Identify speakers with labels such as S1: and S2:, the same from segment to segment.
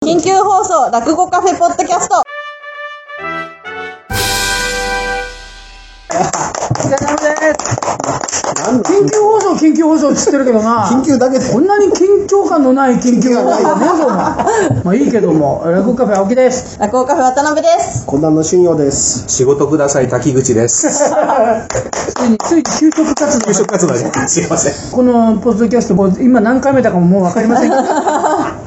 S1: 緊急放送落語カフェポッドキャスト
S2: お疲れ様です
S3: なんの
S2: 緊急放送緊急放送っつってるけどな
S3: 緊急だけで
S2: こんなに緊張感のない緊急放送だねそうなまあいいけども落語カフェ青木です
S1: 落語カフェ渡辺です
S3: こんなんの信用です。
S4: 仕事ください、滝 口です。
S2: ついについに給食活動
S4: 就職活動です。すいません。
S2: このポッドキャストも今何回目だかももう分かりませんが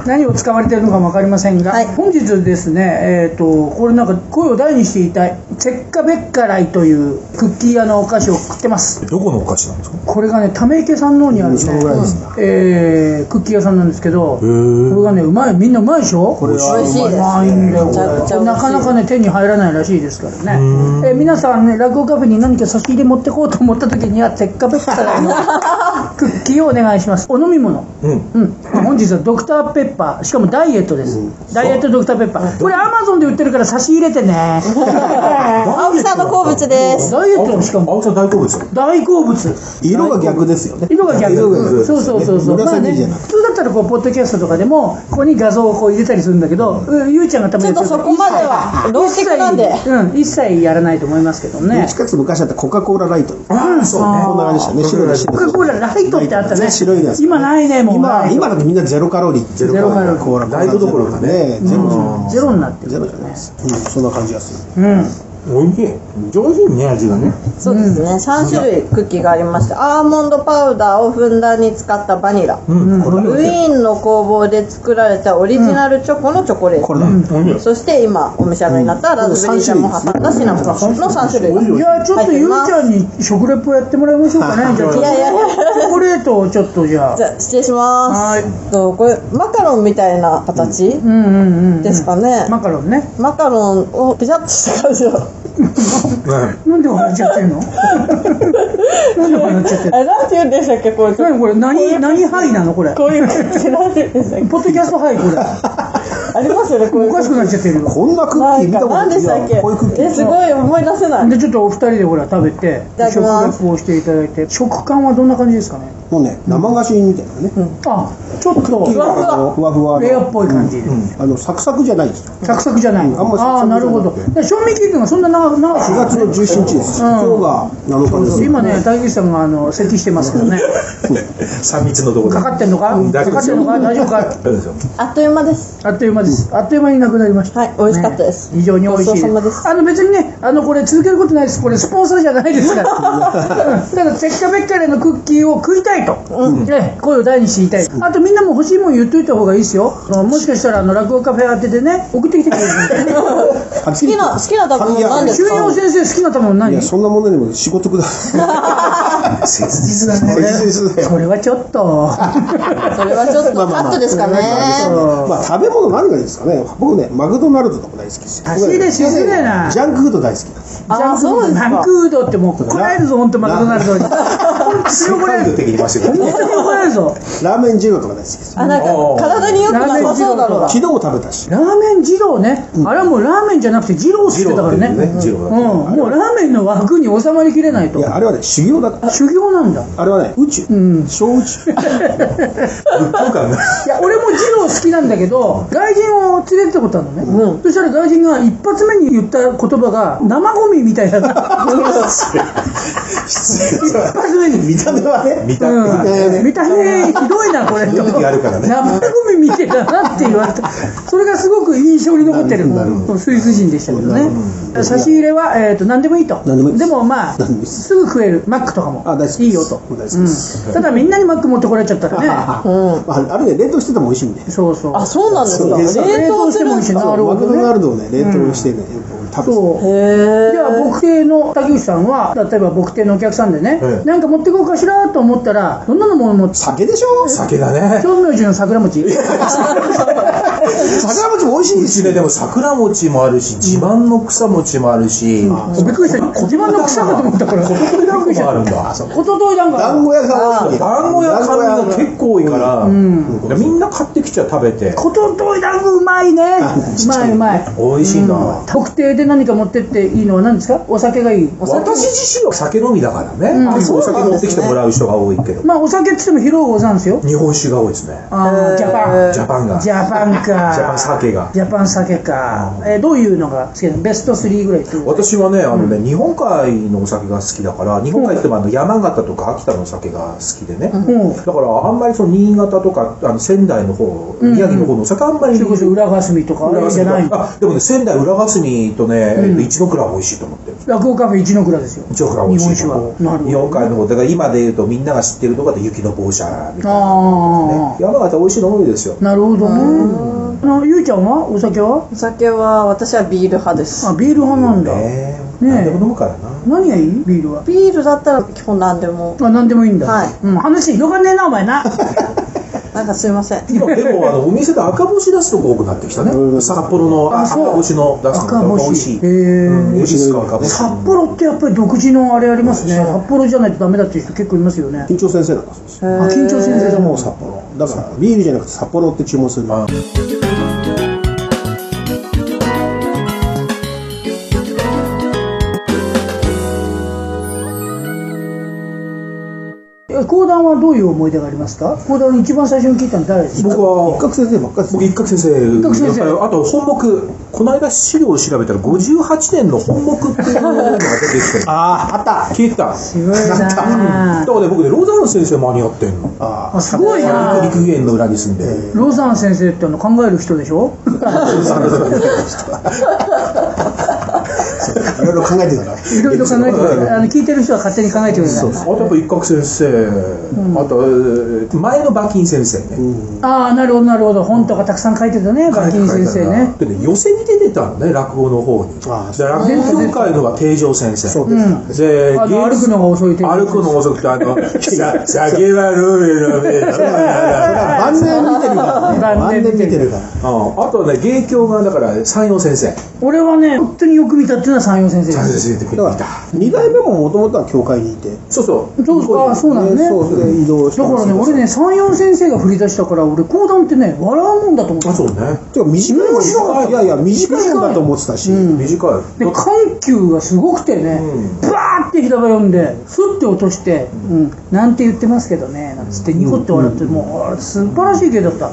S2: 何を使われてるのかも分かりませんが、
S1: はい
S2: 本日ですね、えー、とこれなんか声を大にして言いたいチェッカベッカライというクッキー屋のお菓子を食ってます
S4: どこのお菓子なんですか
S2: これがね溜池山王にあるね、
S3: うんそうなんですか
S2: えークッキー屋さんなんですけどこ
S4: ー
S2: れがねうまいみんなうまいでしょ
S3: これは
S1: 美味しいです
S2: うまいんだよこ
S1: めちゃくちゃ美味しい
S2: れなかなかね手に入らないらしいですからね、えー皆さんね落語カフェに何か差し入れ持ってこうと思った時にはせっかくから のクッキーをお願いしますお飲み物
S4: うん。
S2: うん、本日はドクターペッパーしかもダイエットです、ダイエットドクターペッパーこれアマゾンで売ってるから差し入れてねダ
S1: 青木さんの好物です
S2: イエットのしかも
S4: 青木さん大好物
S2: 大好物
S3: 色が逆ですよね。
S2: 色が逆
S3: 色が逆です
S2: そ
S3: ね
S2: うそうそうそう、まあね、
S3: 紫じゃなく
S2: 普通だったらこうポッドキャストとかでもここに画像をこう入れたりするんだけど、うんゆうちゃんがたまにやってるか
S1: ちょっとそ
S2: ら
S1: こまでは
S2: 一切
S1: ローテクなんで
S2: 一切うん一切やらないと思いますけど
S3: て。
S2: ね
S3: うちかつ昔あったコカ・コーラライト。こん
S4: ああ、そうね。
S3: な感じでしたね。白いし。
S2: コカ・コーラライトってあったね
S3: 白いやつ。
S2: 今ないねもう
S3: 今、今
S2: ライ
S3: だってみんなゼロカロリー。ゼ
S2: ロカロリー
S3: コーラ。
S4: ライトどころかね
S3: ゼロじゃない。
S2: トゼロになって
S3: ゼ
S2: る
S3: ロじゃないです。うん、そんな感じがする。
S2: うん
S4: おいしい。上品ね、味がね。
S1: そうですね3種類クッキーがありましてアーモンドパウダーをふんだんに使ったバニラ
S4: うん。
S1: ウィーンの工房で作られたオリジナルチョコのチョコレー
S3: こ
S1: ト
S3: れだ。
S4: おいしい。
S1: そして今お召し上がりになったラズベリージャムを挟んだシナモンの3種類
S4: 美味し
S2: いやちょっとゆうちゃんに食レポやってもらいましょうかねじゃあチョコ
S1: いやいやいや
S2: チョコレートをちょっとじゃあ
S1: じゃあ失礼します
S2: はい
S1: とこれマカロンみたいな形
S2: うんうんうん
S1: ですかね
S2: マカロンね
S1: マカロンをピザッとした感じの
S4: はい
S2: なんで笑っちゃっ てんのなんで笑っちゃってんの
S1: あれなんて言うんでしたっけこれ
S2: 何これ何何ハイなのこれ
S1: こういう感じなんて言うんでしたっけ
S2: ポッドキャストハイこれ
S1: ありますよねこういう
S2: おかしくなっちゃってるよ
S3: こんなクッ
S1: な
S3: キ
S1: ん
S3: ー見た
S1: か
S3: こと
S1: 何
S3: な
S1: で
S3: い
S1: したっ
S3: よ。こういうクッ
S1: け
S3: キ
S1: え
S3: ー。
S1: すごい思い出せない
S2: でちょっとお二人でほら食べて
S1: ただき
S2: 食
S1: ま
S2: レ
S1: す
S2: ポをしていただいて食感はどんな感じですかね
S3: もうね、生菓子みたいなね。
S2: あちょっ
S3: ふ
S2: と
S3: ふわふわ
S2: レアっぽい感じ、
S3: あの、サクサクじゃないですよ。
S2: サクサクじゃない、
S3: んあんまりサクサクじゃなくて
S2: ああなるほどで賞味期限がそんな長く長く
S3: 4月の17日です。今日が7日です。
S2: 今ね大吉さんがあの咳してますけどね
S4: 三密のとこ
S2: か
S4: ろ
S2: かってんのか
S4: う
S2: か
S4: ん大丈夫
S2: かってんのか大
S4: ですよ
S2: 丈夫か
S4: 大丈夫ですよ
S1: あっという間です
S2: あっという間です、あっという間になくなりました
S1: はい美味しかったです
S2: ね非常に美味しい
S1: ごちそうさまです
S2: あの別にねあのこれ続けることないですこれスポンサーじゃないですから うんただせっかべっかれのクッキーを食いたいと、ね、声を大にして言いたい、あとみんなも欲しいもん言っといた方がいいですよあのもしかしたらあの落語カフェ当ててね送ってきてくれる
S3: 好
S1: 好きな好きな食べ物何です
S2: 修
S1: か
S2: 養先生好きな食べ物
S3: い
S2: 何
S3: や、そんなものにも仕事ください。
S4: 切実 だね。
S3: 切実だよ
S2: それはちょっ と
S1: それはちょっと
S3: まあ
S1: カ
S3: まあ
S1: ッ
S3: まあ
S1: トですかね
S3: まあ食べ物何がいいですかね僕ねマクドナルドとか大好きです
S2: あいいですよ綺麗な
S3: ジャンクフード大好きなんです
S1: あーそうですか
S2: マクードってもう怒られるぞ本当マクドナルド に本当に怒られる
S4: 的に回してくれ
S2: 本当に怒られるぞ
S3: ラーメン二郎とか大好きです
S1: あなんか体によくなさそうなのが
S3: 昨日も食べたし
S2: ラーメン二郎ね、あれはもうラーメンじゃなくて二郎って言ってたからね
S4: 二郎ってね二郎だ
S2: うん、もうラーメンの枠に収まりきれないと
S3: いやあれはね修行だから
S2: 修行なんだい
S3: あれはね宇宙小宇 宙
S4: ぶっ飛ぶからね。
S2: や俺も二郎好きなんだけど外人を連れてったことあるのね、そしたら外人が一発目に言った言葉が生ゴミみたいだな一発目に
S3: 見た目はね
S4: 見た目がね。
S2: うん、見た目ひどいなこれと
S4: 気があるからね
S2: 生ゴミ見てたなって言われたそれがすごく印象に残ってるスイス人でしたけどね差し入れは、えー、と何でもいいと
S3: 何でもいいです
S2: ま
S3: 何
S2: あ
S3: でもいいです
S2: すぐ食えるマックとかも
S3: あ大好きです
S2: いいよと、
S3: 大好きです
S2: ただみんなにマック持ってこられちゃったら
S3: あ
S2: ね
S3: ああれね冷凍してても美味しいんで
S2: そうそう
S1: あそうなんですか
S3: そうです
S1: 冷凍す
S2: して
S1: るん
S2: もいい
S1: で
S2: し
S1: す
S2: な
S1: か
S2: るほ
S3: マク
S2: ど
S3: ド
S2: ね
S3: ナルドをね冷凍してねよく食べて
S2: そうじゃあ僕邸の竹内さんは例えば僕邸のお客さんでね、
S4: ええ
S2: なんか持ってこうかしらと思ったらどんなのも持って
S3: 酒でしょ酒
S4: 酒だね。
S2: 長明寺の桜餅
S3: 餅も美味しいで
S4: うち
S3: す
S4: ね、でも桜餅もあるし、自慢の草餅もあるし、
S2: びっくりした小島の草かと思ったからびっくりした
S4: もあるんだ。
S2: おとといなんか
S3: 団子屋さん多いんで
S4: 団子や甘味が結構多いから、みんな買ってきちゃ食べて
S2: おととい団子うまいねうまいうまい
S4: 美味しいな、
S2: 特定で何か持ってっていいのは何ですかお酒がいい
S4: 私自身は酒飲みだからね、結構お酒持ってきてもらう人が多いけど、
S2: まあお酒っつっても広いござんすよ
S4: 日本酒が多いですね
S2: ああジャパン
S4: ジャパンが
S2: ジャパンか
S4: ジャパン酒が。
S2: ジャパン酒か。えーどういうのが好きなのベスト3ぐらいっていう
S4: 私はね、あのね、日本海のお酒が好きだから、日本海ってまああの山形とか秋田のお酒が好きでね。
S2: うん。
S4: だからあんまりその新潟とかあの仙台の方、
S2: うん
S4: 宮城の方のお酒あんまり
S2: それこそ裏霞とか、あ
S4: 浦
S2: れじゃないの。
S4: 霞とあでもね仙台浦霞とね、えっ
S2: う
S4: と
S2: ん
S4: 一の蔵は美味しいと思ってる
S2: 落語カフェ一の蔵ですよ。
S4: 一の蔵は美味しい
S2: 日本酒はなるほど
S4: 日本海の方だから今で言うとみんなが知ってるとかで雪の帽子みたいな、
S2: あ
S4: ね、山形美味しいの多いですよ
S2: あ。なるほどね。あの、ゆうちゃんはお酒は
S1: お酒は私はビール派です
S2: あ、ビール派なんだ。
S4: ね
S2: ね
S4: 何でも飲むからな
S2: 何がいいビールは。
S1: ビールだったら基本何でも
S2: あ、なんでもいいんだ。
S1: はい
S2: うん、話広がんねえな、お前 な。
S1: なんかすいません
S4: 今でもあのお店で赤星出すとこ多くなってきたね
S3: うん
S4: 札幌の
S2: あ
S4: あ赤
S2: そう
S4: 星の出すとこ
S2: 赤
S4: が美味し
S2: 星。
S4: い
S2: へえ。
S4: うんエビスか赤星
S2: 札幌ってやっぱり独自のあれありますね。札幌じゃないとダメだっていう人結構いますよね。
S3: 緊張先生なんだそうです
S2: あ、緊張先生
S3: で
S2: だも
S3: も
S2: ん。
S3: 札幌だからビールじゃなくて札幌って注文する
S4: あ
S2: え、講談はどういう思い出がありますか講談の一番最初に聞いたの誰ですか
S4: 僕
S3: 一
S4: は
S3: 角先生ばっかりです
S4: 僕一角先生
S2: 角先生
S4: やっぱりあと本木この間資料を調べたら58年の本木っていうのが出てきてる
S3: あああった
S4: 聞いた
S2: 渋いな
S4: だからね僕ねロザン先生何やってんの
S3: あ
S2: あ、すごいな
S4: 陸遊園の裏に住んで
S2: ロザン先生ってあの考える人でしょ
S3: あいろいろ考えてください
S2: いろいろ考えてくださいあの聞いてる人は勝手に考えてください
S4: あとやっぱ一角先生、あとえー前の馬琴先生ね、
S2: ああなるほどなるほど本とかたくさん書いてたねバキン先生ね
S4: でね寄せに出てたのね落語の方に
S3: あ
S4: で落語協会のが定常先生
S3: そうですか
S4: で
S2: あの歩くのが遅いって
S4: 歩くの遅くてあの「さ酒はルールの上だから
S3: 晩年見てるからね
S2: 晩年
S3: 晩
S2: 見
S3: 年
S2: てる
S3: 見てるから
S4: うんあとね芸協がだから山陽先生
S2: 俺はね本当によく見たっていうのは山陽先生
S4: 山
S2: で
S4: 陽
S2: す
S4: 先生出て
S3: だか
S4: きた
S3: ら2代目ももともとは教会にいて
S4: そうそう
S2: そうそうああそうなのね
S3: そうで移動して
S2: だからね俺ね山陽先生が振り出したから俺講談ってね笑うもんだと思って
S4: あそうね
S3: てか短いもんいやいや短いもんだと思ってたし、
S4: 短いだ
S2: で緩急がすごくてね、バーって平場読んでふって落として、うんなんて言ってますけどねなんつってニコって笑って、もうあれ素晴らしい芸だった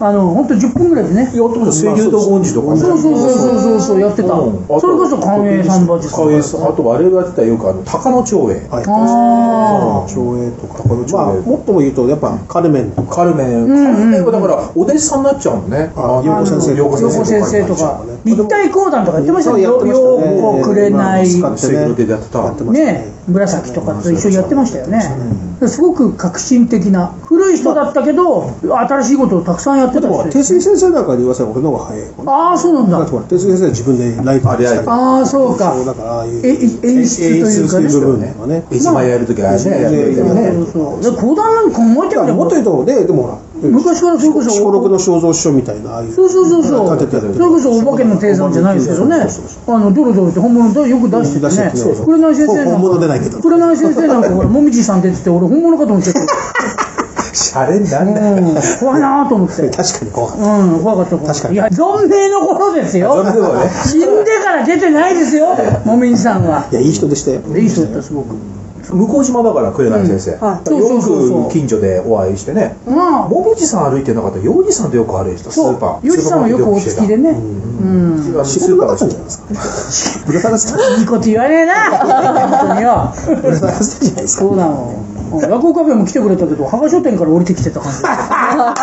S2: あの本当10分ぐらいでね
S4: やってました清流と権次とかね
S2: そうそうそうそうそうそうやってた、
S4: うんあと
S2: それこそ寛永さんばじさん
S4: 寛永さんあとあれがやってたよくあの鷹野町へ
S3: はい
S2: あ
S3: 長英とかこれ
S4: 長
S3: まあ
S4: 英
S3: もっとも言うとやっぱカルメンとか
S4: カルメン、カルメンはだからお弟子さんになっちゃうもんね。
S3: あ陽子先生
S4: 陽子
S2: 横先生とか立体講談とかやってました
S3: そう
S2: ね
S3: やっ
S2: よ
S3: てましたね
S2: ようこくれない
S3: 使って
S4: 水
S3: ね
S4: 色でやってた。
S3: やってました
S2: ね紫とかと一緒にやってましたよね、すごく革新的な古い人だったけど新しいことをたくさんやってた
S3: でも
S2: 人
S3: 哲水先生なんかで言わせば俺の方が早いかな
S2: ああそうなん
S3: だって
S2: だ
S3: ほら哲水先生は自分でライブしたりと
S2: ああそうか
S3: そうだからああいう
S2: えい演出というかね
S3: 演出部分とかね
S4: 一枚やるときはね、やってたよ
S2: そう
S4: ね。
S2: そうそうで講談なんか考えて
S3: だ
S2: る
S3: からもっと言うとねでもほら
S2: 昔からそれこそ
S3: 小六の肖像師匠みたいなああいう
S2: そうそうそうそう。
S3: 立ててやる
S2: それこそお化けの低山じゃないですけどね。あのドロドロって本物だよく出して
S3: 出して
S2: ね
S3: てねそうそ。う
S2: 紅内先生なんか
S3: 本物出ないけど
S2: 紅内先生なんかほらもみじさん出てて俺本物かと思っちゃって。
S4: シャレになんだよ。
S2: うん怖いなと思って。うん
S3: 確かに怖かっ
S2: 怖かった怖
S3: 確かに
S2: いや存命の頃ですよ。
S4: 存命の頃ね
S2: 死んでから出てないですよ。もみじさんは
S3: た。いやいい人でしたよ
S2: でいい人だったすごく。
S4: 向島だから紅先生。よ
S1: はい
S2: そうそうそうそう
S4: く近所でお会いしてね。
S2: まあ
S4: もみじさん歩いてなかったら、ようじさんとよく歩いてた、ス
S2: そ
S4: ーパ
S2: う。
S4: ー。
S2: ゆりさんはよくお付きでね。うん。
S4: スーパーの
S3: 仕事なかったんじゃ
S4: スー
S3: ないですかぶら下がってた
S2: いいこと言わねえな。本当によ。
S3: ぶら下がってたじゃないですか
S2: そうなの。落語カフェも来てくれたけど、芳賀書店から降りてきてた感じ。
S3: 好きでしたね
S2: 本当にそう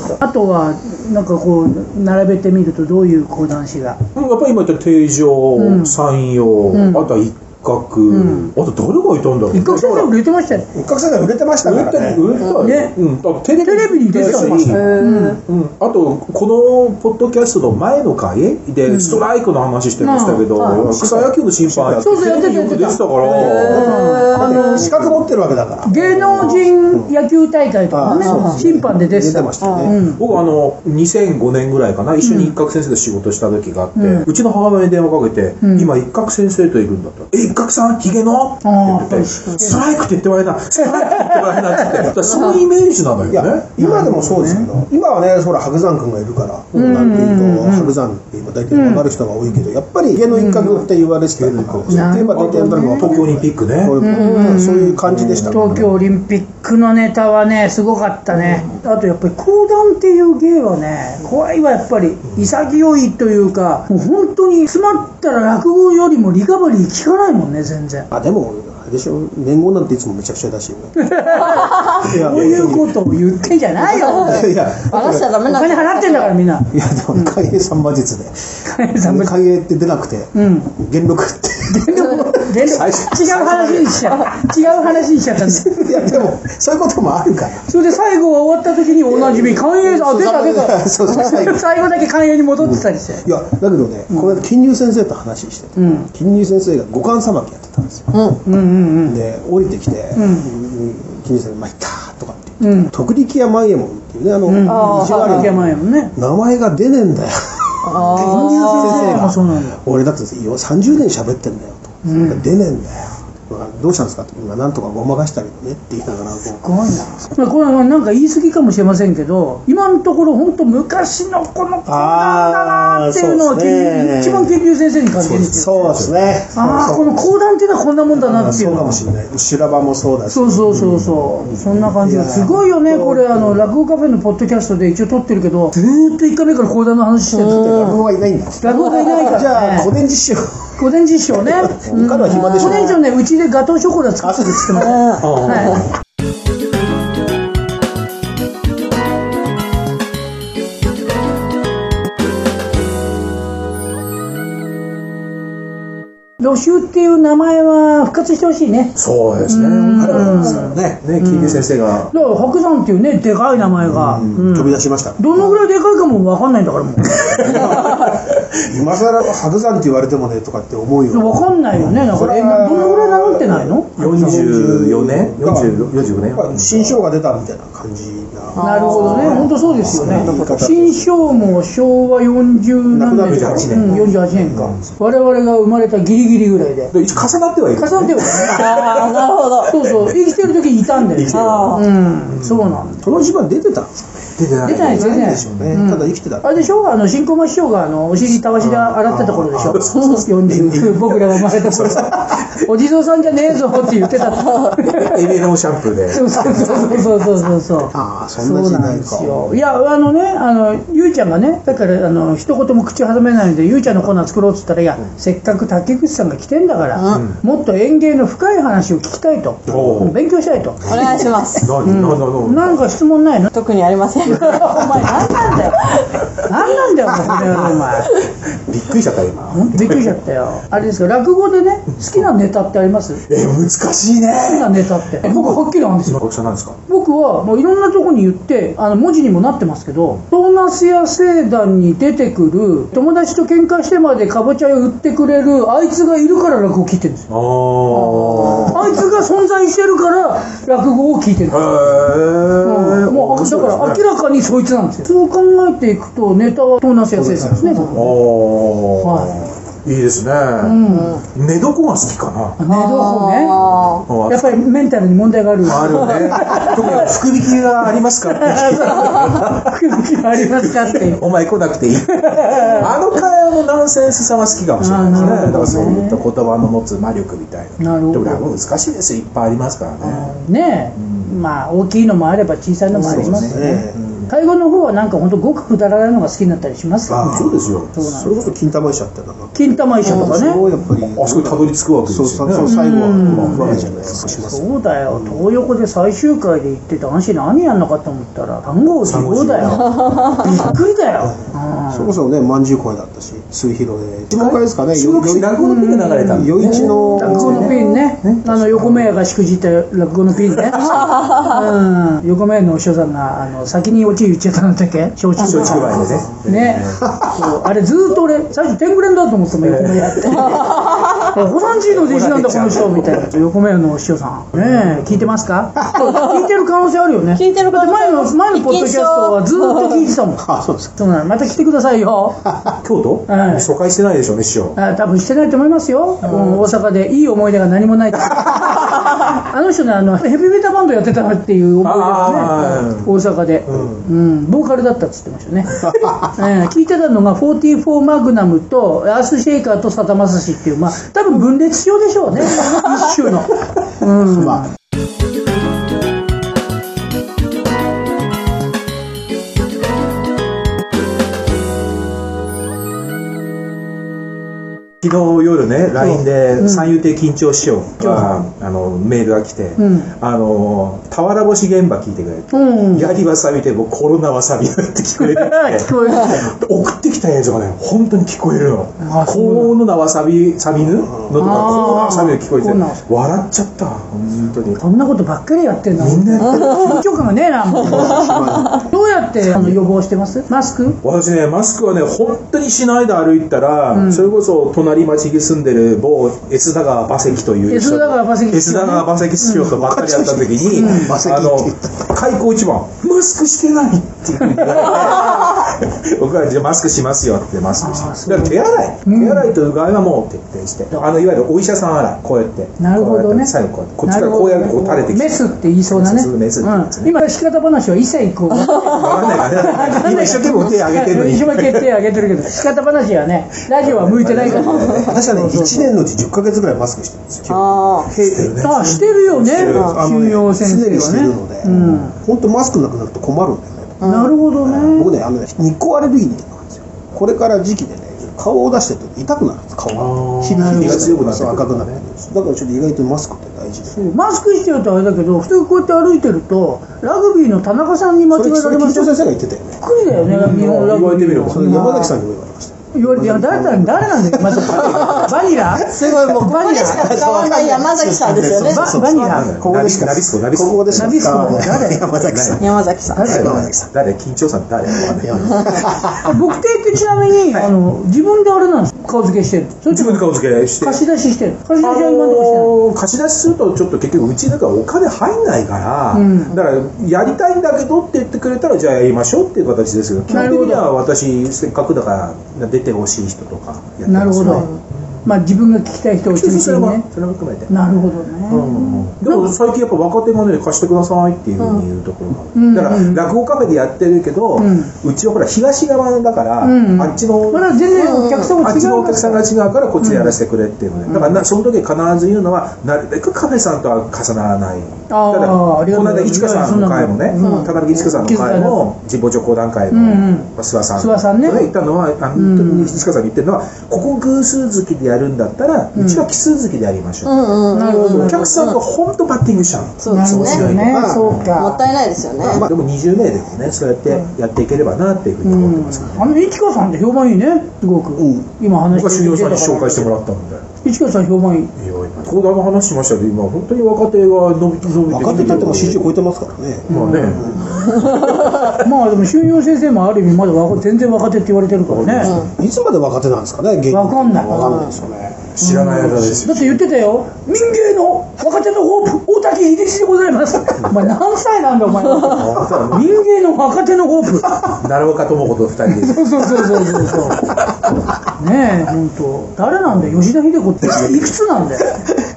S2: だった。あとは、なんかこう、並べてみると、どういう講談師が。
S4: パーうんやっぱり今言った定常、山陽、あとは一角、あと誰がいたんだろう。
S2: 一攫先生売れてましたよ。
S3: 一角先生売れてましたからね
S4: 売れたよ
S2: ね
S4: うんあとテレビ
S2: テレビに出てた
S4: テレ
S2: の
S4: ビ
S2: かし
S4: に
S2: ら
S1: うん
S4: うん、あとこのポッドキャストの前の回でストライクの話してましたけど、草野球の審判やって
S2: そうそうやってた
S4: テレビよく出てたから、
S3: あの資格持ってるわけだから
S2: 芸能人野球大会とかね
S3: あそうそ、う
S2: 審判で出
S3: 出
S2: て
S3: て
S2: た。
S3: ましたよね、
S4: 僕あの2005年ぐらいかな一緒に一角先生と仕事した時があって、うちの母親に電話かけて、今一角先生といるんだったら「え一角さん、ヒゲのって言って
S2: あー
S4: て、ストライクって言ってもらえない、ストライクって言ってもらえないって言って、だからそういうイメージなの
S3: いや
S4: よね。
S3: 今でもそうですけど、今はねほら白山君がいるから、なんていうと白山って今大体分かる人が多いけどやっぱり家の一角って言われてたりとか、そういうテーマ大体やったのが
S4: 東京オリンピックね。
S3: こういうそういう感じでしたからね
S2: 東京オリンピックのネタはねすごかったね、あとやっぱり講談っていう芸はね怖いはやっぱり潔いというかもう本当に詰まったら落語よりもリカバリー効かないもんね全然
S3: あでもあれでしょ年号なんていつもめちゃくちゃだ しいや
S2: そういうことを言ってんじゃない よお
S3: いや
S1: バラしちゃダメなん
S2: 金
S1: だ
S2: 払ってんだからみん ない
S3: やでも影絵さん馬術で
S2: 金さんも
S3: 影絵って出なくて
S2: うん
S3: 元禄っ
S2: 全力全力
S3: 最初
S2: 違う話にしちゃう違う話にしちゃったんです
S3: ていやでもそういうこともあるから
S2: それで最後終わった時におなじみ寛永さんあ出た出た
S3: そうそう最後
S2: 最後だけ寛永に戻ってたりして
S3: いやだけどね、この間金融先生と話してて、金融先生が五感さばきやってたんですよ、
S2: うんうんうん
S3: で降りてきて、うん金融先生「参った」とかって言って、
S2: うん
S3: 徳力屋万右衛門っていうねあの、意地
S2: あ
S3: 悪
S2: あ
S3: い
S2: やもんね
S3: 名前が出ねえんだよ
S1: あ
S3: 金融先
S2: あそう
S3: 生
S2: な
S3: が
S2: んだ
S3: 俺だってよ30年喋ってんだよと、出ねえんだよどうしたんですかって今なんとかごまかしたけどねって言いながらこう
S2: すごいなこれはなんか言い過ぎかもしれませんけど今のところ本当昔のこの子なんだなっていうの
S3: あーそう
S2: を
S3: ですね
S2: 一番研究先生に感じる
S3: そうですね
S2: ああこの講談っていうのはこんなもんだなってい
S3: そううか
S2: の
S3: もしれない修羅場もそうだし
S2: そうそうそうそう、そんな感じがすごいよねこれあの落語カフェのポッドキャストで一応撮ってるけどずーっと1回目から講談の話してる
S3: だって落語はいないんだ
S2: 落語がいないから、ね、
S3: じゃあ古典実習
S2: 午前実証ね。
S3: ん彼は暇でしょ
S2: 午前実証ね、うちでガトーショコラ作ってるって言ってます。はい露州っていう名前は復活してほしいね。
S4: そうですね。本当なんですからね。ね、金融先生
S2: だ
S4: が。
S2: から白山っていうね、でかい名前が。うん
S3: 飛び出しました
S2: どのぐらいでかいかもわかんないんだからもう。
S3: 今更白山って言われてもねとかって思うよ
S2: わかんないよね。だから、え、などのぐらい名乗ってないの
S4: 44年
S3: だから
S4: ?40 45年
S3: 新章が出たみたいな感じな
S2: なるほどね、本当そうですよね
S3: そういう言い。方
S2: 新章も昭和40何年
S3: 48
S2: か、
S3: 年
S2: うん、48年か、我々が生まれたギリギリぐらいで。
S4: で一応重なってはいる。
S2: 重なってるからね。
S1: あなるほど
S2: そうそう、生きてる時にいたんだよね。
S1: あ
S2: うん、そうなんです。
S3: その一番出てたんです
S4: 出てない。
S2: 出てないですよ
S3: で。し
S2: ね
S3: ょうね、ただ生きてた
S2: あれでしょあの、新駒師匠が、あの、お尻たわしで洗ってた頃でしょ ?49、僕らが生まれた頃。お地蔵さんじゃねえぞって言って た。
S4: エビのシャンプーで。
S2: そうそうそうそうそうそう。
S3: ああそん
S2: そ
S3: な
S2: う
S3: 時
S2: なん
S3: 代
S2: です
S3: か
S2: よ。いや、あのね、あの、ゆうちゃんがね、だから、あの、一言も口挟めないので、ゆうちゃんのコーナー作ろうって言ったら、いや、せっかく竹口さんが来てんだから、もっと園芸の深い話を聞きたいと
S4: おう、
S2: 勉強したいと。
S1: お願いします
S4: 何何何何
S2: なんか質問ないの
S1: 特にありませんお前何なんだよ
S2: 何なんだよ、お前この野郎お前。
S4: びっくりしちゃった今。
S2: ほんとびっくりしちゃったよ。あれですか、落語でね、好きなネタってあります
S4: え、難しい
S2: 好き
S4: ね。
S2: なネタって。僕、はっきりあるんですよ。
S4: 今、国産なんですか
S2: 僕はもういろんなとこに言ってあの文字にもなってますけどトーナスや星団に出てくる友達と喧嘩してまでかぼちゃを売ってくれるあいつがいるから落語を聞いてるんですよ
S4: あー。
S2: あいつが存在してるから落語を聞いてるんですよ
S4: へー。
S2: もうだから明らかにそいつなんですよそう考えていくとネタはトーナスや星団ですね僕は
S4: お、
S2: はい
S4: いですね、寝床が好きかな
S2: 寝床
S1: あ
S2: ねやっぱりメンタルに問題がある
S4: あるよね特に福引きがありますからね
S2: 福引き ありますかっていう
S4: お前来なくていいあの会話のナンセンスさは好きかもしれないです
S2: あーなる
S4: ね
S2: ほどね
S4: だからそういった言葉の持つ魔力みたいな
S2: なるほど
S4: でも落語難しいですよいっぱいありますからね
S2: ねえ、まあ大きいのもあれば小さいのもありますよね
S3: ね
S2: 最後の方はなんか本当ごくくだらないのが好きになったりしますから
S4: あそうですよ
S2: そうなん
S3: それこそ金玉医者ってなんか
S2: 金玉医者とか
S3: それを
S2: ね
S3: やっぱり
S4: あそこにたどり着くわけです
S3: そ
S4: よ
S3: う
S4: ね
S3: そうそう最後は不安じゃないですかします
S2: そうだよ東横で最終回で行ってた話何やんのかと思ったら単語を記号だよびっくりだよ、
S3: それこそねまんじゅう声だったし水広で一番ですかね
S4: 中国史落語の時が流れたんで
S3: 余一の
S2: 落語のピンねあの横目がしくじった落語のピンね、うん、横目のお師匠さんがあの先に落ち言っちゃったんだっけ承知
S4: 松竹梅でね
S2: ね、そうあれずーっと俺最初天狗連だと思ってたもん横目やっておさんちの弟子なんだこの人みた いな横目のお師匠さんねえ聞いてますか聞いてる可能性あるよね
S1: 聞いてる可能性あ
S2: 前
S1: る
S2: の前のポッドキャストはずっと聞いてたもん
S3: あそうですか
S2: そうなのまた来てくださいよ
S4: 京都
S2: はい
S4: 初回してないでしょうね、師匠。
S2: あ多分してないと思いますよ、うん大阪でいい思い出が何もないってあの人ねあのヘビーメタバンドやってたっていう思い出
S4: あ
S2: がね
S4: ー
S2: 大阪で、うんボーカルだったっつってましたね、ええ聞いてたのが44マグナムとアースシェイカーとさだまさしっていうまあ多分分裂症でしょうね一種の、うん
S3: まあ
S4: 昨日夜ね、LINE で、三遊亭緊張師匠が、あの、メールが来て、あの、俵星現場聞いてくれ
S2: う
S4: て、
S2: ん
S4: やりわさびでもコロナわさびって聞こえて きて
S2: 聞こえない
S4: 送ってきたやつがね、本当に聞こえるの。高温のなわさび、さびぬのとか、高温のわさびが聞こえて
S2: あーそうなんです、
S4: 笑っちゃった。本当に。
S2: こんなことばっかりやってんだ
S4: みんなやってる
S2: 緊張感がねえなもうどうやってあの予防してますマスク
S4: 私ね、マスクはね、本当にしないで歩いたら、それこそ隣町に住んでる某エスダ川馬関という人
S2: S 田川馬関
S4: エスダ川馬関師匠とばっかり会った時に、
S3: 馬関
S4: あ
S3: って言
S4: の、開口一番、マスクしてないっていうふうに言われて、僕はじゃあマスクしますよってマスク
S2: あー
S4: し
S2: そう
S4: て。だから手洗い、手洗いとうがいはもう徹底して、あの、いわゆるお医者さん洗い、こうやって。
S2: なるほ
S4: こ
S2: ど
S4: う
S2: ね。
S4: やって最後こうやって、こっちからこうやってこう垂れてきて。
S2: メスって言いそうなね。
S4: そうそうメスって言うんです
S2: うん
S4: ね
S2: 今、仕方話は一切こう。
S4: わかんないからね。今 一生懸命手挙げてるの に
S2: 一。生懸命手挙げてるけど、仕方話はね、ラジオは向いてないから。
S3: 私はね1年のうち10ヶ月ぐらいマスクしてるんですよ
S1: ああ。
S2: あ、してるよね。
S3: あの
S2: 休
S3: ね
S2: 養先
S3: 常にして
S2: 生
S3: る
S2: は
S3: の
S2: ね。
S3: で本当マスクなくなると困るんだよね
S2: なるほどね。
S3: 僕ねあのね日光アレルギーみたいなのがあるんですよこれから時期でね顔を出してると痛くなるんです顔
S4: あ
S3: が
S4: ー
S3: 日々
S4: 日々が強くなってく
S3: そう
S4: る
S3: 赤くなってくるんですだからちょっと意外とマスクって大事で
S2: マスクしてるとあれだけど、普通にこうやって歩いてると、ラグビーの田中さんに間
S3: そ
S2: 違
S3: れ
S2: えら
S3: それ
S2: れ
S3: 緊張
S2: ま
S3: 先
S2: すよ。
S3: 生が言ってたよね
S2: びっくりだよね、日本ラグビー
S4: 言わ
S2: は。
S4: れてみれば
S3: それ山崎さんにも言われました
S2: 言われて、いや誰だ、誰なんだよ、まず。バニラ
S3: すごいもう
S2: バニラ
S1: 使わない山崎さんですよね。
S2: ババニラ
S3: ここでしか
S4: ナビスコナビスコ
S3: ここでしか
S2: ナビスコ
S3: 使わない
S2: 誰
S3: 山崎さん
S1: 山崎さん。
S4: 誰誰緊張さん誰わかんない
S2: あ僕邸ってちなみに、あの自分であれなんです顔付けしてるそれ
S4: 自
S2: とも
S4: 分で顔付けして。
S2: 貸し出ししてる貸し出し
S4: あ
S2: は今のとこしてない、
S4: のー貸し出しするとちょっと結局うちなんかお金入んないから、だからやりたいんだけどって言ってくれたらじゃあやりましょうっていう形ですけど基
S2: な
S4: 本
S2: るほど
S4: 的には私せっかくだから出てほしい人とかやって
S2: なるほ
S4: ます
S2: ど、
S4: ね
S2: まあ自分が聞きたい人を中
S4: そうそうそ
S2: 心
S4: れ
S2: にね
S4: はそれも含めて、
S2: なるほどね、
S4: でも最近やっぱ若手もね貸してくださいっていうふうに言うところが、だから落語カフェでやってるけど、うちはほら東側だから、
S2: ん
S4: あっちの
S2: まだ全然お客さんも
S4: あっ
S2: 違
S4: ちの
S2: う
S4: お客さんが違うからこっちでやらせてくれっていうので、だからなその時必ず言うのはなるべくカフェさんとは重ならない
S2: あー
S4: ただこ
S2: ありがとう
S4: の間いちかさんの会もね
S2: う
S4: 高木いちかさんの会も神保町講談会の
S2: うん
S4: 諏訪さん
S2: 諏訪さんね
S4: と行ったのはあのいちかさんに言ってるのはここ偶数月でやるんだったらうちは奇数月でやりましょう、
S1: うんうん。
S2: なるほど
S4: お客さんが本当バッティングしたの、
S1: そうで
S2: なる
S1: す
S2: ほど
S1: ね。
S2: ね
S3: まあ
S2: そう
S1: もっ
S2: か
S1: たいないですよね。
S4: まあ、でも20名でもねそうやってやっていければなっていうふうに思ってます、
S2: あのいちかさんって評判いいねすごく、
S3: うん
S2: 今話
S4: 僕は
S2: し
S4: 修
S2: て
S4: 行さんに紹介しててもらったので
S2: いちかさん評判いい
S4: いや今講談の話しましたけど今本当に若手が伸び伸びて
S3: 若手だってもう40超えてますからね
S4: まあね、
S2: まあでも修行先生もある意味まだ若全然若手って言われてるからね、
S3: いつまで若手なんですかね芸人
S2: わかんない
S3: わかんないですよね
S4: 知らない間です
S2: だ
S4: よ
S2: って言ってたよ民芸の若手のホープ大竹秀吉でございますお前何歳なんだお前民芸の若手のホープ
S4: 奈良岡智子と二人で
S2: そうそうそうそうそうそうねえ本当誰なんだよ吉田秀子っていくつなんだよ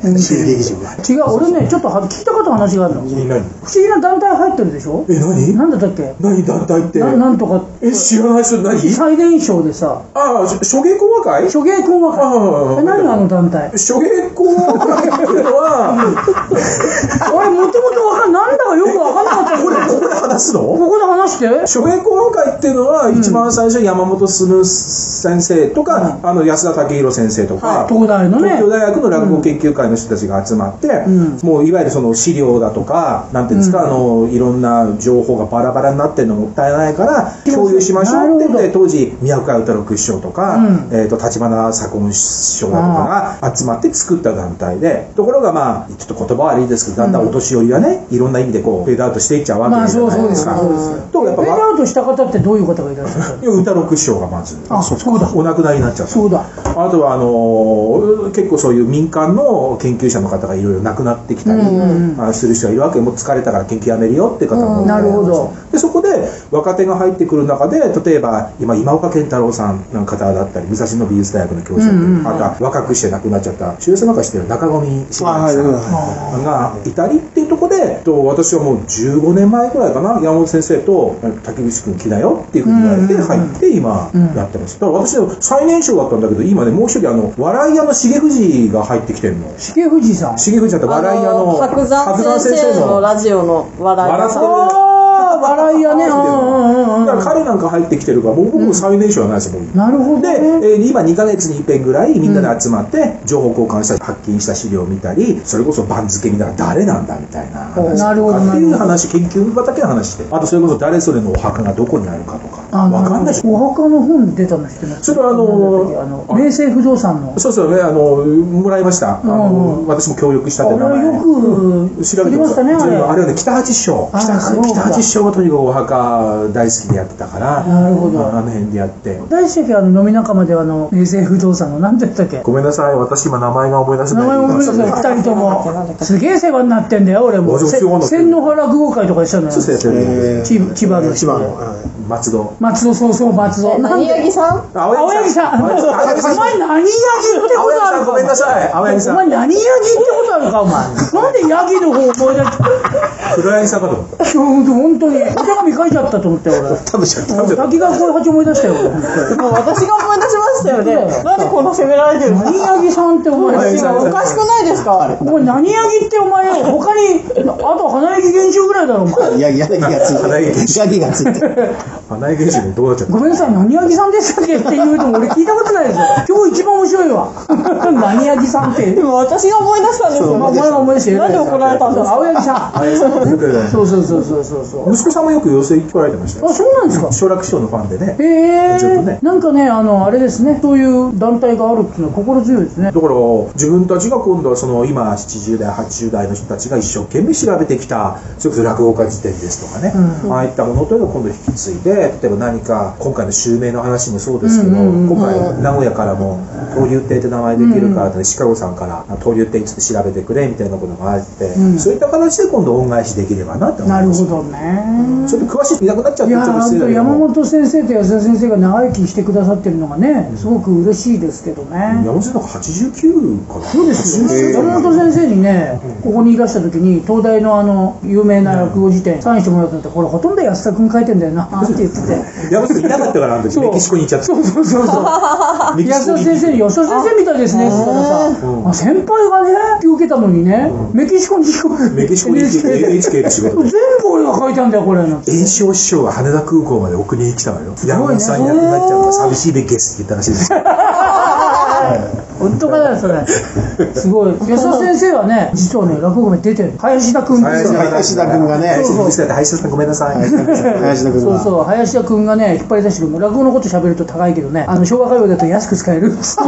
S2: 本
S3: 新劇場が
S2: 当に違う俺ねちょっとは聞いたこと話があるの不思
S4: 何何
S2: 議な団体入ってるでしょ
S4: え何
S2: なんだったっけ
S4: 何団体って
S2: ななんとか
S4: え知らない人何
S2: 最年少でさ
S4: ああ初芸講和会
S2: 諸芸君
S4: ああ
S2: はえ何あの団体
S4: 初芸講和会っていうのは
S2: 俺もともとわかんなんだかよくわかんなかったこれ
S4: ここで話すの
S2: ここで話して
S4: 初芸講和会っていうのは一番最初山本進先生とか、あの安田武弘先生とか、
S2: 東大のね
S4: 東京大学の落語研究会の人たちが集まって、
S2: うん
S4: もういわゆるその資料だとか、なんていうんですか、あの、いろんな情報がバラバラになってるのもったいないから、共有しましょうって言っ
S2: な
S4: て、
S2: る
S4: 当時、宮川歌六師匠とか、
S2: うん
S4: えっ、と、立花左近師匠だとかが集まって作った団体で、ところがまあ、ちょっと言葉悪いですけど、だんだんお年寄りがね、いろんな意味でこう、フェードアウトしていっちゃうわけじゃ
S2: まあ
S4: な
S2: そう
S4: い
S2: そう
S4: で
S2: ですす
S4: か。
S2: そうです
S4: とやっ
S2: フ
S4: ぱ
S2: ェードアウトした方ってどういう方がいらっしゃるんですか
S4: 歌六師匠がまず
S2: あそうだ
S4: お亡くなりになっちゃった
S2: そうだ
S4: あとはあのー結構そういう民間の研究者の方がいろいろ亡くなってきたり、
S2: うんうん
S4: あする人がいるわけもう疲れたから研究やめるよっていう方も、
S1: うん
S2: なるほど
S4: でそこで若手が入ってくる中で例えば今今岡健太郎さんの方だったり武蔵野美術大学の教授だったり、
S2: うんうん
S4: あとは若くして亡くなっちゃった中世なんかしてる中込
S3: あ
S4: 慎
S3: は
S4: 太
S3: いはい
S4: 郎さん
S3: は
S4: がいたりっていうところで、えっと、私はもう15年前くらいかな山本先生とえ竹口君来なよっていうふうに言われて
S2: うんうんうん
S4: 入って今
S2: うん
S4: やってます、だから私の最年少だったんだけど今ねもう一人あの笑い屋の重藤が入ってきてるの重
S2: 重藤さん
S4: 藤だったら笑い屋の
S1: 白山
S4: 白山
S1: 先生のラジオの笑い
S4: 笑ってる
S2: ああ笑いやねうんうんうんうん
S4: だから彼なんか入ってきてるからもう僕最年少はないですよ、もう
S2: なるほど
S4: で、
S2: ね
S4: えー今2ヶ月に一遍ぐらいみんなで集まって情報交換したり発見した資料を見たりそれこそ番付見たら誰なんだみたいな話
S2: なる
S4: と
S2: ほど
S4: かっていう
S2: なるほ
S4: 話研究畑の話してあとそれこそ誰それのお墓がどこにあるかとか
S2: あ
S4: わかんないし
S2: お墓の本出たの知ってます
S4: それはあのー
S2: あの明星不動産の
S4: そうそうねあのもらいました、あ
S2: うんう
S4: の私も協力した
S2: あ
S4: って
S2: れ
S4: 名前
S2: よく
S4: 調
S2: 作
S4: べ
S2: り
S4: て
S2: ましたねあれ
S4: あれはね北八師匠
S2: あ
S4: 北
S2: そうか
S4: 北八師匠がとにかくお墓大好きでやってたから
S2: なるほど
S4: ああの辺でやって
S2: 大シェフあの飲み仲間ではあの明星不動産の何て言ったっけ
S4: ごめんなさい私今名前が思い出せな
S2: 名
S4: い
S2: 前も無理ですよ2人ともすげえ世話になってんだよ俺も
S4: あそう
S2: せ
S4: 世話になってる
S2: 千の原落語会とかでしたのよ
S4: そうです
S3: い
S4: ね、
S3: えー
S2: 千千葉の
S3: 千葉のはい
S4: 松戸
S2: 松戸そうそう松戸なん
S1: 宮
S2: で
S1: 城さん
S4: 青
S2: 青柳さんお
S4: 青柳さん
S2: 前何ヤギってこ
S4: 青
S2: と
S4: 柳
S2: あ
S4: さ
S2: る
S4: ん
S2: か
S4: ごめんなさい青柳
S2: お
S4: さ
S2: 前
S4: ん
S2: 何ヤギってことあるかお前なんでヤギの方思い出し
S4: 黒柳さんかと思った
S2: て本当にお手紙書いちゃったと思って俺
S3: 食べちゃった
S4: べちゃった
S2: 滝川こういう蜂思い出したよ俺本当に
S1: もう私が思い出しましたよね。なんでこんな責められてるんです
S2: 何
S1: か
S2: ヤギさんってお前
S4: 柳さん
S1: おかしくないですかあれ。
S2: お前何ヤギってお前他にあと花柳源氏ぐらいだろお前
S3: ヤギヤギが ついてるヤギが ついてる
S4: 花井源氏もどうなっちゃった
S2: ごめんなさい、何焼きさんでしたっけって言うと俺聞いたことないですよ。今日一番面白いわ。 何焼きさんって
S1: で。も私が思い出したんです
S2: まあ、お
S1: よ。
S2: 前は思い出して。
S1: なんで怒られたんですか
S2: 青柳さん。
S4: 青柳さんもよくね
S2: そうそうそうそうそうそう。
S4: 息子さんもよく寄せ来られてましたよ
S2: あ、そうなんですか。
S4: 小楽師匠のファンでね
S2: へ
S4: ちょっと
S2: え
S4: ね。
S2: なんかね、あの、あれですね、そういう団体があるっていうのは心強いですね
S4: だ。から自分たちが今度はその今70代80代の人たちが一生懸命調べてきたそれこそ落語家辞典ですとかね、ああいったものというのを今度引き継いで例えば何か今回の襲名の話もそうですけど、
S2: うんうんうん
S4: 今回名古屋からも登竜亭って名前できるからって、シカゴさんから登竜亭について調べてくれみたいなことがあって、
S2: ん
S4: そういった形で今度恩返しできればなって思い
S2: なる
S4: ま
S2: ほ
S4: す
S2: どね。
S4: ちょっと詳しくいなくなっちゃっ
S2: い
S4: てちょ
S2: や
S4: っ
S2: ー
S4: と
S2: あ
S4: 失礼だ
S2: と
S4: けど
S2: 山本先生と安田先生が長生きしてくださってるのがね、すごく嬉しいですけどね。
S4: 山本先生なんか89かな
S2: そうですよ、山本先生にね、ここにいらした時に、東大のあの有名な落語辞典、サインしてもらったんだけどこれ、ほとんど安田君書いてんだよなって言ってて、
S4: 山本先生いなかったからあの時
S2: そう
S4: メキシコに行っちゃって
S2: そうそうそうそう、
S4: メキ
S2: 安
S4: シコ
S2: 田
S4: に
S2: 先生に、吉田先生みたいですねって言ったらさ、あ先輩がね、引き受けたのにね、メキシコに引き受け
S4: メキシコ に NHK の仕事
S2: 全
S4: で。
S2: 部俺が書いたんだよ、これなんて。
S4: 炎症師匠が羽田空港まで送りに来たのよ。山本さんいなくなっちゃうから寂しいべきですって言ったらしいですよ。
S2: 本当かよそれすごい安田先生はね実はね落語名出てる林田君っていう人が
S3: 林田君がね
S4: 林田君林田さんごめんなさい。
S3: 林田君
S2: そう
S3: が
S2: そう林田君がね引っ張り出してくる落語のこと喋ると高いけどねあの昭和歌謡だと安く使えるっつって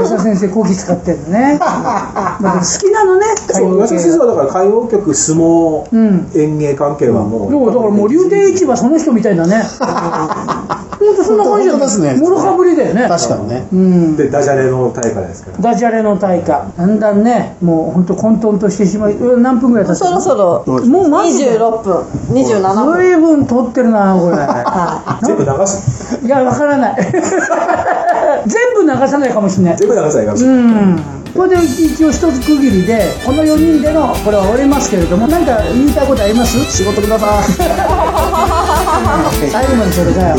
S2: 安田先生講義使ってんのねだから好きなのね歌
S4: そう、
S2: 謡
S4: 林
S2: 系
S4: 田先生はだから歌謡曲、相
S2: うん
S4: 撲、演芸関係はも
S2: でも
S4: う。
S2: だからもう竜亭市場その人みたい だね本当そんな感じだよ
S3: 本当ですね
S2: もろかぶりだよね
S3: 確かにね
S2: うん
S4: で、ダジャレの大会ですから。
S2: ダジャレの大会だんだんねもう本当混沌としてしまいうん何分ぐらい経った
S1: そ
S2: の
S1: ろそろ
S2: もうマジで
S1: 26分、27
S2: ず
S1: 分。
S2: いぶん撮ってるな これ
S4: 全部流す。
S2: いやわからない 全部流さないかもしれない
S4: 全部流さないかもしれない。
S2: うんこれで一応一つ区切りでこの4人でのこれは終わりますけれども何か 言いたいことあります仕事ください最後までそれだよ